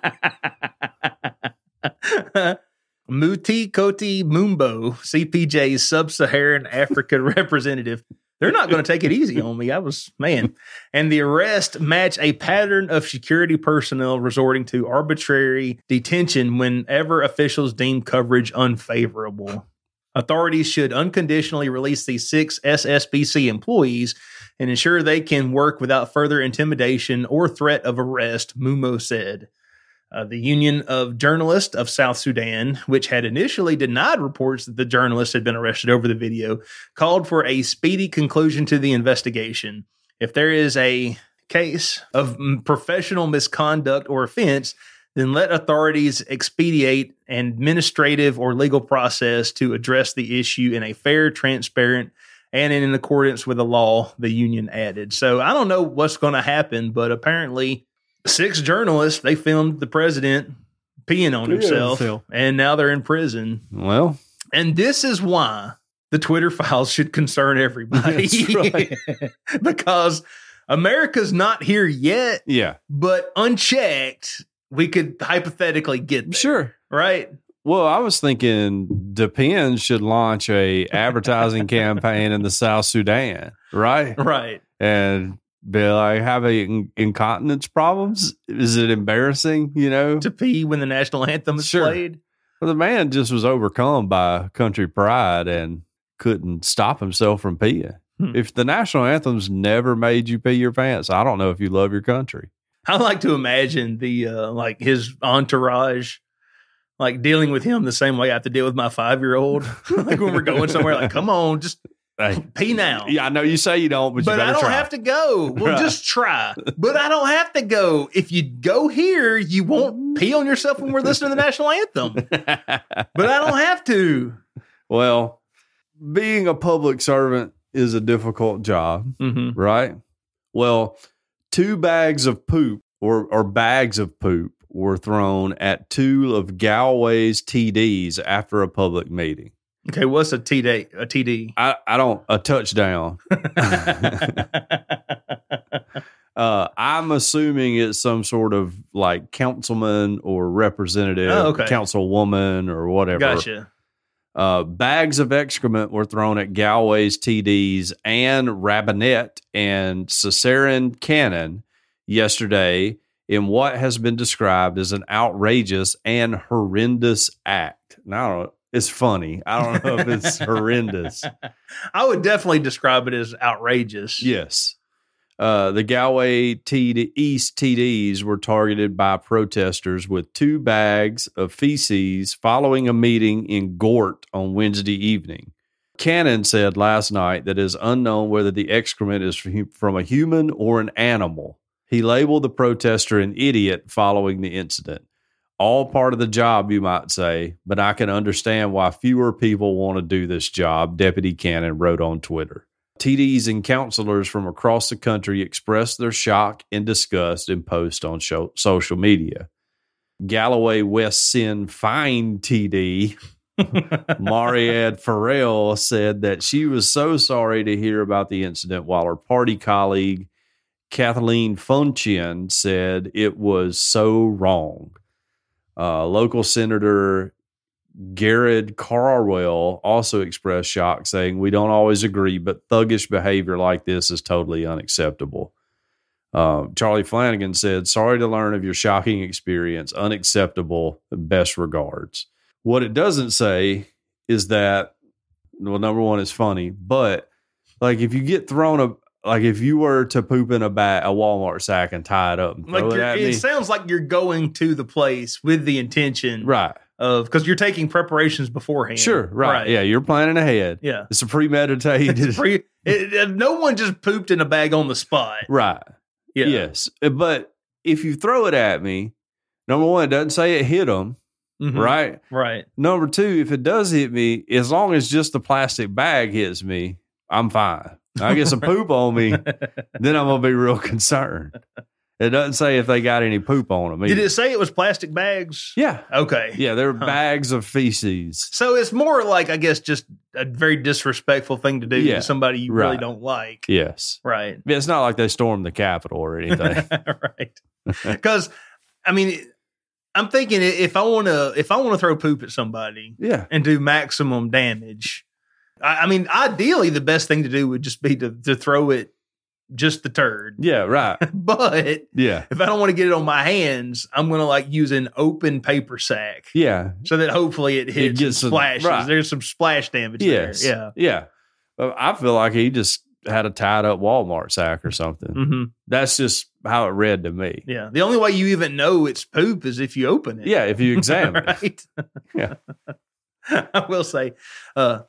Muti Koti Mumbo, CPJ's sub Saharan Africa representative. They're not going to take it easy on me. I was, man. And the arrest match a pattern of security personnel resorting to arbitrary detention whenever officials deem coverage unfavorable. Authorities should unconditionally release these six SSBC employees and ensure they can work without further intimidation or threat of arrest, Mumo said. Uh, the Union of Journalists of South Sudan, which had initially denied reports that the journalists had been arrested over the video, called for a speedy conclusion to the investigation. If there is a case of mm, professional misconduct or offense, then let authorities expedite an administrative or legal process to address the issue in a fair, transparent, and in accordance with the law, the union added. So I don't know what's going to happen, but apparently six journalists they filmed the president peeing on Peeing himself, himself. and now they're in prison. Well, And this is why the Twitter files should concern everybody. That's right. because America's not here yet, yeah, but unchecked, we could hypothetically get there, sure. Right? Well, I was thinking Depend should launch a advertising campaign in the South Sudan, right? Right. And be like, having incontinence problems? Is it embarrassing? You know, To pee when the national anthem is Sure. played. Well, the man just was overcome by country pride and couldn't stop himself from peeing. Hmm. If the national anthem's never made you pee your pants, I don't know if you love your country. I like to imagine the uh, like his entourage, like dealing with him the same way I have to deal with my five year old. like when we're going somewhere, like come on, just Hey. pee now. Yeah, I know you say you don't, but, But, you better I don't try. have to go. Well, Right. just try. But I don't have to go. If you go here, you won't pee on yourself when we're listening to the national anthem. But I don't have to. well, being a public servant is a difficult job, Mm-hmm. right? Well, two bags of poop or, or bags of poop were thrown at two of Galway's TDs after a public meeting. Okay, what's a TD? A TD. I, I don't, a touchdown. Uh, I'm assuming it's some sort of like councilman or representative, Oh, okay. councilwoman or whatever. gotcha. Uh, bags of excrement were thrown at Galway's TDs and Rabinet and Caesarean Cannon yesterday in what has been described as an outrageous and horrendous act. Now, I don't know. It's funny. I don't know if it's horrendous. I would definitely describe it as outrageous. Yes. Uh, the Galway TD, East TDs were targeted by protesters with two bags of feces following a meeting in Gort on Wednesday evening. Cannon said last night that it is unknown whether the excrement is from hu- from a human or an animal. He labeled the protester an idiot following the incident. All part of the job, you might say, but I can understand why fewer people want to do this job, Deputy Cannon wrote on Twitter. TDs and counselors from across the country expressed their shock and disgust in posts on sho- social media. Galloway West Sin Fine TD, Mariad Farrell, said that she was so sorry to hear about the incident, while her party colleague, Kathleen Funchian, said it was so wrong. Uh, local Senator Garrett Carwell also expressed shock, saying, We don't always agree, but thuggish behavior like this is totally unacceptable. Um, Charlie Flanagan said, Sorry to learn of your shocking experience. Unacceptable. Best regards. What it doesn't say is that, well, number one, it's funny, but like if you get thrown a, like if you were to poop in a bat, a Walmart sack and tie it up, and Like throw it you're, at it me, sounds like you're going to the place with the intention right? of because you're taking preparations beforehand. Sure, right, Yeah, you're planning ahead. Yeah. It's a premeditated. Pre- it- it- no one just pooped in a bag on the spot. right. Yeah. Yes. Uh, But if you throw it at me, number one, it doesn't say it hit them, Mhm. right? Right. Number two, if it does hit me, as long as just the plastic bag hits me, I'm fine. I get some poop on me, then I'm gonna be real concerned. It doesn't say if they got any poop on them. Did either. it say it was plastic bags? Yeah, Okay. yeah, there are Huh. bags of feces. So it's more like I guess just a very disrespectful thing to do Yeah. to somebody you really Right. don't like. Yes, Right. Yeah, it's not like they stormed the Capitol or anything. right. Because I mean, I'm thinking if I want to if I want to throw poop at somebody, yeah, and do maximum damage. I, I mean, ideally, the best thing to do would just be to, to throw it just the turd. yeah, right, But if yeah, I don't want to get it on my hands, I'm going to like use an open paper sack yeah. so that hopefully it hits gets some- and splashes. right. There's some splash damage Yes. there. Yeah. Uh, I feel like he just had a tied up Walmart sack or something. Yeah. hmm That's just how it read to me. Mm-hmm. Yeah. Yeah. The only way you even know it's poop is if you open it. if you examine it. right? Yeah. I will say, uh,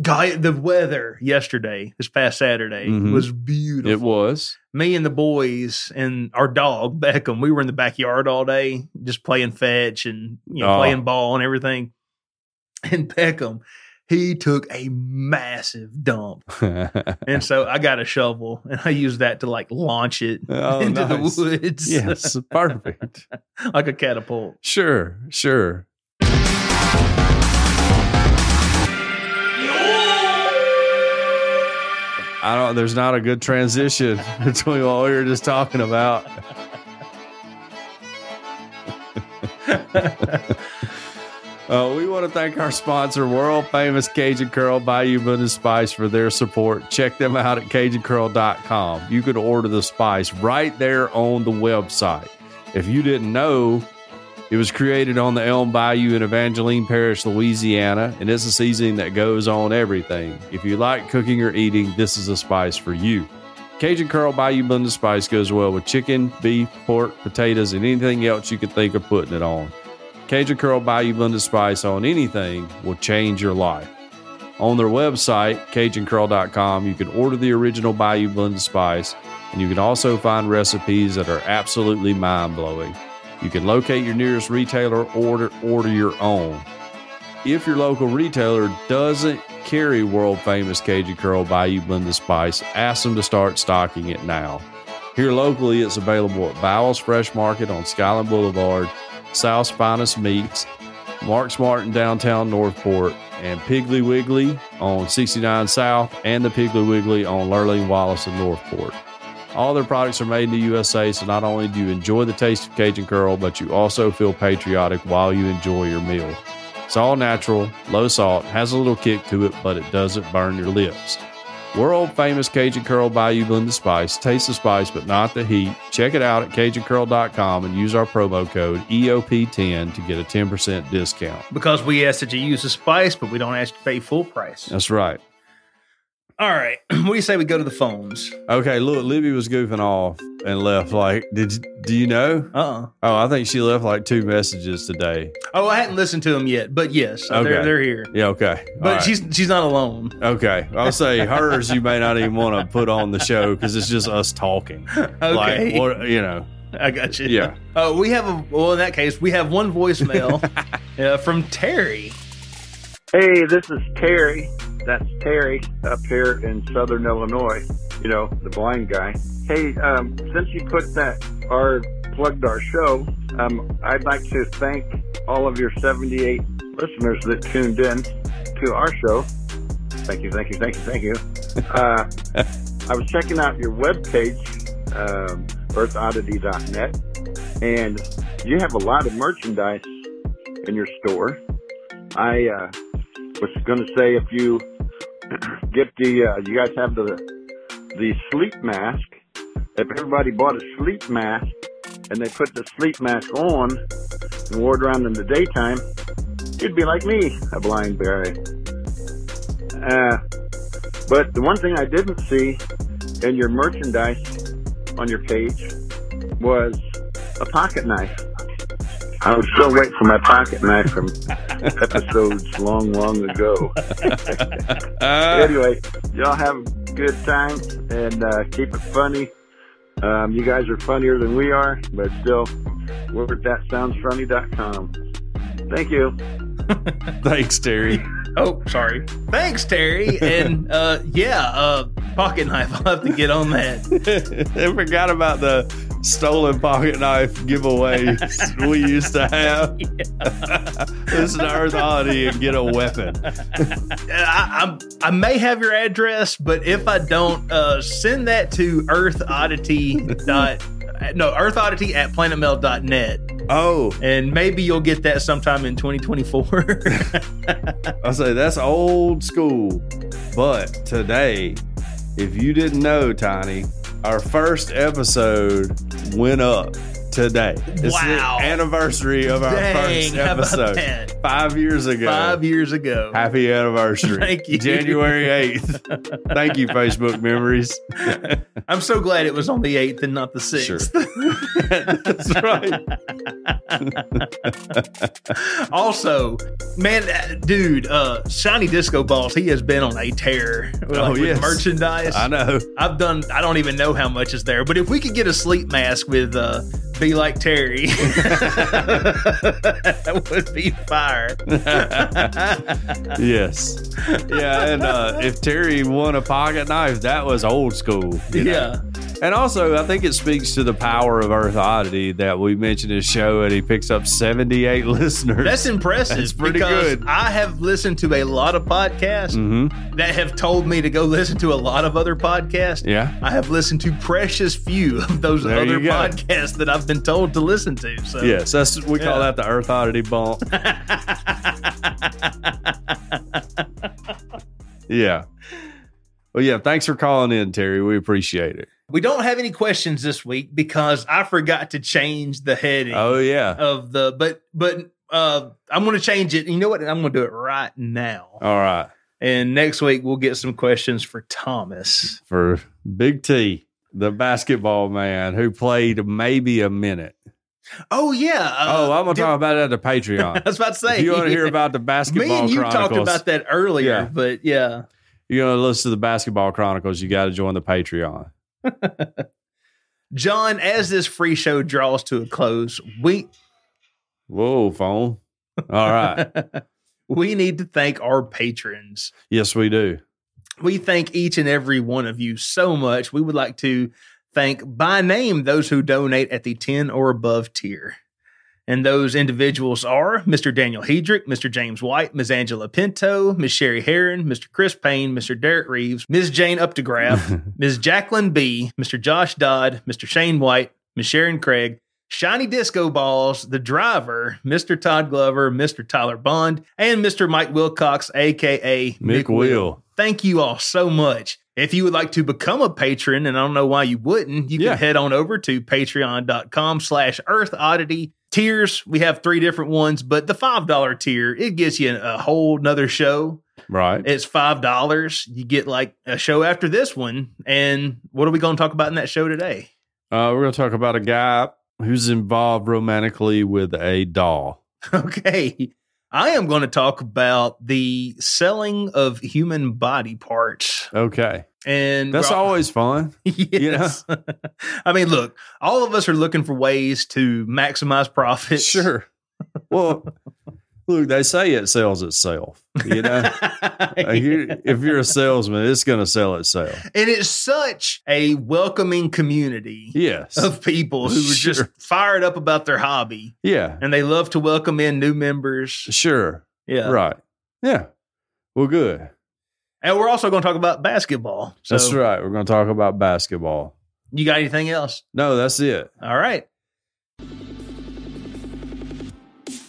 guy, the weather yesterday, this past Saturday, Mhm. was beautiful. It was. me and the boys and our dog Beckham, we were in the backyard all day just playing fetch and you know Oh. playing ball and everything. And Beckham, he took a massive dump, and so I got a shovel and I used that to like launch it Oh, into nice. the woods yes, perfect. like a catapult. Sure, sure. I don't. There's not a good transition between what we were just talking about. Uh, we want to thank our sponsor, world famous Cajun Curl Bayou Bunda Spice, for their support. Check them out at CajunCurl.com. You can order the spice right there on the website. If you didn't know, it was created on the Elm Bayou in Evangeline Parish, Louisiana, and it's a seasoning that goes on everything. If you like cooking or eating, this is a spice for you. Cajun Curl Bayou Blended Spice goes well with chicken, beef, pork, potatoes, and anything else you can think of putting it on. Cajun Curl Bayou Blended Spice on anything will change your life. On their website, CajunCurl.com, you can order the original Bayou Blended Spice, and you can also find recipes that are absolutely mind blowing. You can locate your nearest retailer or order your own. If your local retailer doesn't carry world famous Cajun Curl Bayou Blended Spice, ask them to start stocking it now. Here locally, it's available at Bowles Fresh Market on Skyland Boulevard, South's Finest Meats, Mark's Martin downtown Northport, and Piggly Wiggly on 69 South, and the Piggly Wiggly on Lurleen Wallace in Northport. All their products are made in the USA, so not only do you enjoy the taste of Cajun Curl, but you also feel patriotic while you enjoy your meal. It's all natural, low salt, has a little kick to it, but it doesn't burn your lips. World famous Cajun Curl Bayou Blended Spice. Taste the spice, but not the heat. Check it out at CajunCurl.com and use our promo code E EOP10 to get a 10% discount. Because we ask that you use the spice, but we don't ask you to pay full price. That's right. All right. What do you say we go to the phones? Okay, look, Libby was goofing off and left. Like, did do you know? Uh-uh. Oh, I think she left like two messages today. Oh, I hadn't listened to them yet, but yes, uh, they're, Okay. they're here. Yeah, okay. All But right. she's she's not alone. okay. I'll say hers. You may not even want to put on the show because it's just us talking. Okay. Like, what you know? I got you. Yeah. Uh, we have a well. In that case, we have one voicemail uh, from Terry. Hey, this is Terry. That's Terry up here in southern Illinois. You know, the blind guy. Hey, um, since you put that our plugged our show, um, I'd like to thank all of your 78 listeners that tuned in to our show. Thank you, thank you, thank you, thank you. Uh, I was checking out your webpage, um, earthoddity.net, and you have a lot of merchandise in your store. I uh, was going to say if you get the uh, you guys have the the sleep mask. If everybody bought a sleep mask and they put the sleep mask on and wore it around in the daytime, you'd be like me, a blind berry. Uh, but the one thing I didn't see in your merchandise on your page was a pocket knife. I was still waiting for my pocket knife from episodes long, long ago. Uh, anyway, y'all have a good time and uh, keep it funny. Um, you guys are funnier than we are, but still, we're at thatsoundsfunny.com. Thank you. thanks, Terry. Oh, sorry. Thanks, Terry. and uh, yeah, uh, pocket knife. I'll have to get on that. I forgot about the stolen pocket knife giveaway we used to have. Listen to Earth Oddity and get a weapon. Uh, I, I, I may have your address, but if I don't, uh, send that to earthoddity dot no earthoddity at planetmail.net Oh, and maybe you'll get that sometime in 2024 I say that's old school. But today, if you didn't know, Tiny, our first episode went up today. It's Wow. the anniversary of our dang first how about episode. that Five years ago. five years ago Happy anniversary. Thank you. January 8th. Thank you, Facebook memories. i'm so glad it was on the 8th and not the 6th Sure. That's right. also, man, uh, dude, uh, Shiny Disco Balls, he has been on a tear like, Oh, with yes. merchandise. I know. I've done, I don't even know how much is there, but if we could get a sleep mask with uh, Be Like Terry, that would be fire. Yes. Yeah. And uh, if Terry won a pocket knife, that was old school. you know? yeah. And also, I think it speaks to the power of Earth Oddity that we mentioned his show and he picks up 78 listeners. That's impressive. That's pretty because good. I have listened to a lot of podcasts hmm that have told me to go listen to a lot of other podcasts. Yeah. I have listened to precious few of those There other you go. podcasts that I've been told to listen to. So Yes. That's, we call Yeah. that the Earth Oddity bump. yeah. Well, yeah. Thanks for calling in, Terry. We appreciate it. we don't have any questions this week because I forgot to change the heading Oh, yeah. of the but but uh I'm gonna change it. You know what? I'm gonna do it right now. All right. And next week we'll get some questions for Thomas. For Big T. the basketball man who played maybe a minute. Oh yeah. uh, oh, I'm gonna did- talk about that at the I Patreon. was about to say. if you want to hear about the me basketball and you chronicles, talked about that earlier, Yeah. but yeah. you know, listen to the basketball chronicles. You got to join the Patreon. John, as this free show draws to a close, we Whoa, phone. All right. we need to thank our patrons. yes, we do. We thank each and every one of you so much. We would like to thank by name those who donate at the 10 or above tier. And those individuals are Mr. Daniel Hedrick, Mr. James White, Ms. Angela Pinto, Ms. Sherry Heron, Mr. Chris Payne, Mr. Derek Reeves, Ms. Jane Updegraff, Ms. Jacqueline B., Mr. Josh Dodd, Mr. Shane White, Ms. Sharon Craig, Shiny Disco Balls, The Driver, Mr. Todd Glover, Mr. Tyler Bond, and Mr. Mike Wilcox, aka Mick Will. Thank you all so much. If you would like to become a patron, and I don't know why you wouldn't, you Yeah. can head on over to patreon.com slash earth oddity. Tiers, we have three different ones, but the $5 tier, it gets you a whole nother show. Right. It's $5. You get like a show after this one. And what are we going to talk about in that show today? Uh, we're going to talk about a guy who's involved romantically with a doll. Okay. I am going to talk about the selling of human body parts. Okay. And That's we're- always fun. Yes. I mean, look, all of us are looking for ways to maximize profits. sure. Well, look, they say it sells itself. You know, Uh, you- if you're a salesman, it's going to sell itself. And it's such a welcoming community Yes. of people who are just Sure. fired up about their hobby Yeah. and they love to welcome in new members. Sure. Yeah. Right. Yeah. Well, good. And we're also going to talk about basketball. So That's right. We're going to talk about basketball. You got anything else? No, that's it. All right.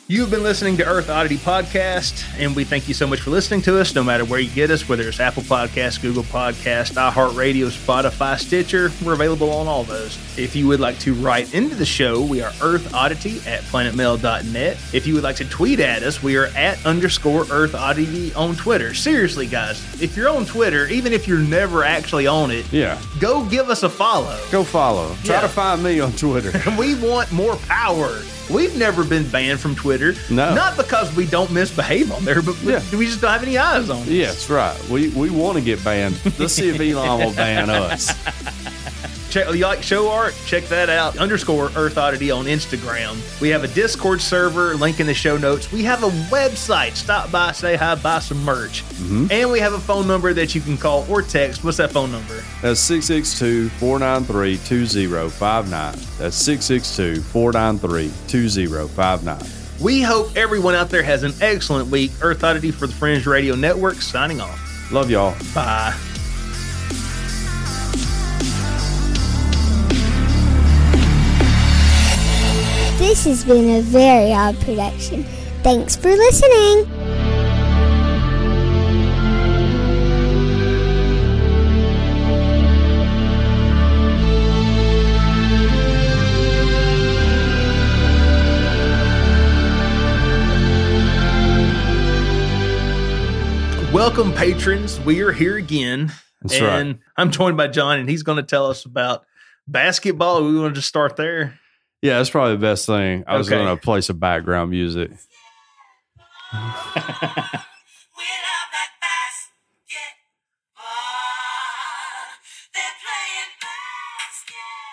You've been listening to Earth Oddity Podcast, and we thank you so much for listening to us, no matter where you get us, whether it's Apple Podcasts, Google Podcasts, iHeartRadio, Spotify, Stitcher. We're available on all those. If you would like to write into the show, we are Earth Oddity at planetmail.net. If you would like to tweet at us, we are at underscore Earth Oddity on Twitter. Seriously, guys, if you're on Twitter, even if you're never actually on it, Yeah. go give us a follow. Go follow. Try Yeah. to find me on Twitter. We want more power. We've never been banned from Twitter. No. Not because we don't misbehave on there, but we, Yeah. we just don't have any eyes on it. yes, right. We we want to get banned. Let's see if Elon will ban us. Check, you like show art? Check that out. Underscore Earth Oddity on Instagram. We have a Discord server, link in the show notes. We have a website. Stop by, say hi, buy some merch. Mm-hmm. And we have a phone number that you can call or text. What's that phone number? That's 662 493 2059. That's 662 493 2059. We hope everyone out there has an excellent week. Earth Oddity for the Fringe Radio Network signing off. Love y'all. Bye. This has been a very odd production. Thanks for listening. Welcome, patrons. We are here again. That's and right. I'm joined by John, and he's going to tell us about basketball. We want to just start there. Yeah, that's probably the best thing. I was Okay. going to play some background music. We love that basketball. They're playing basketball.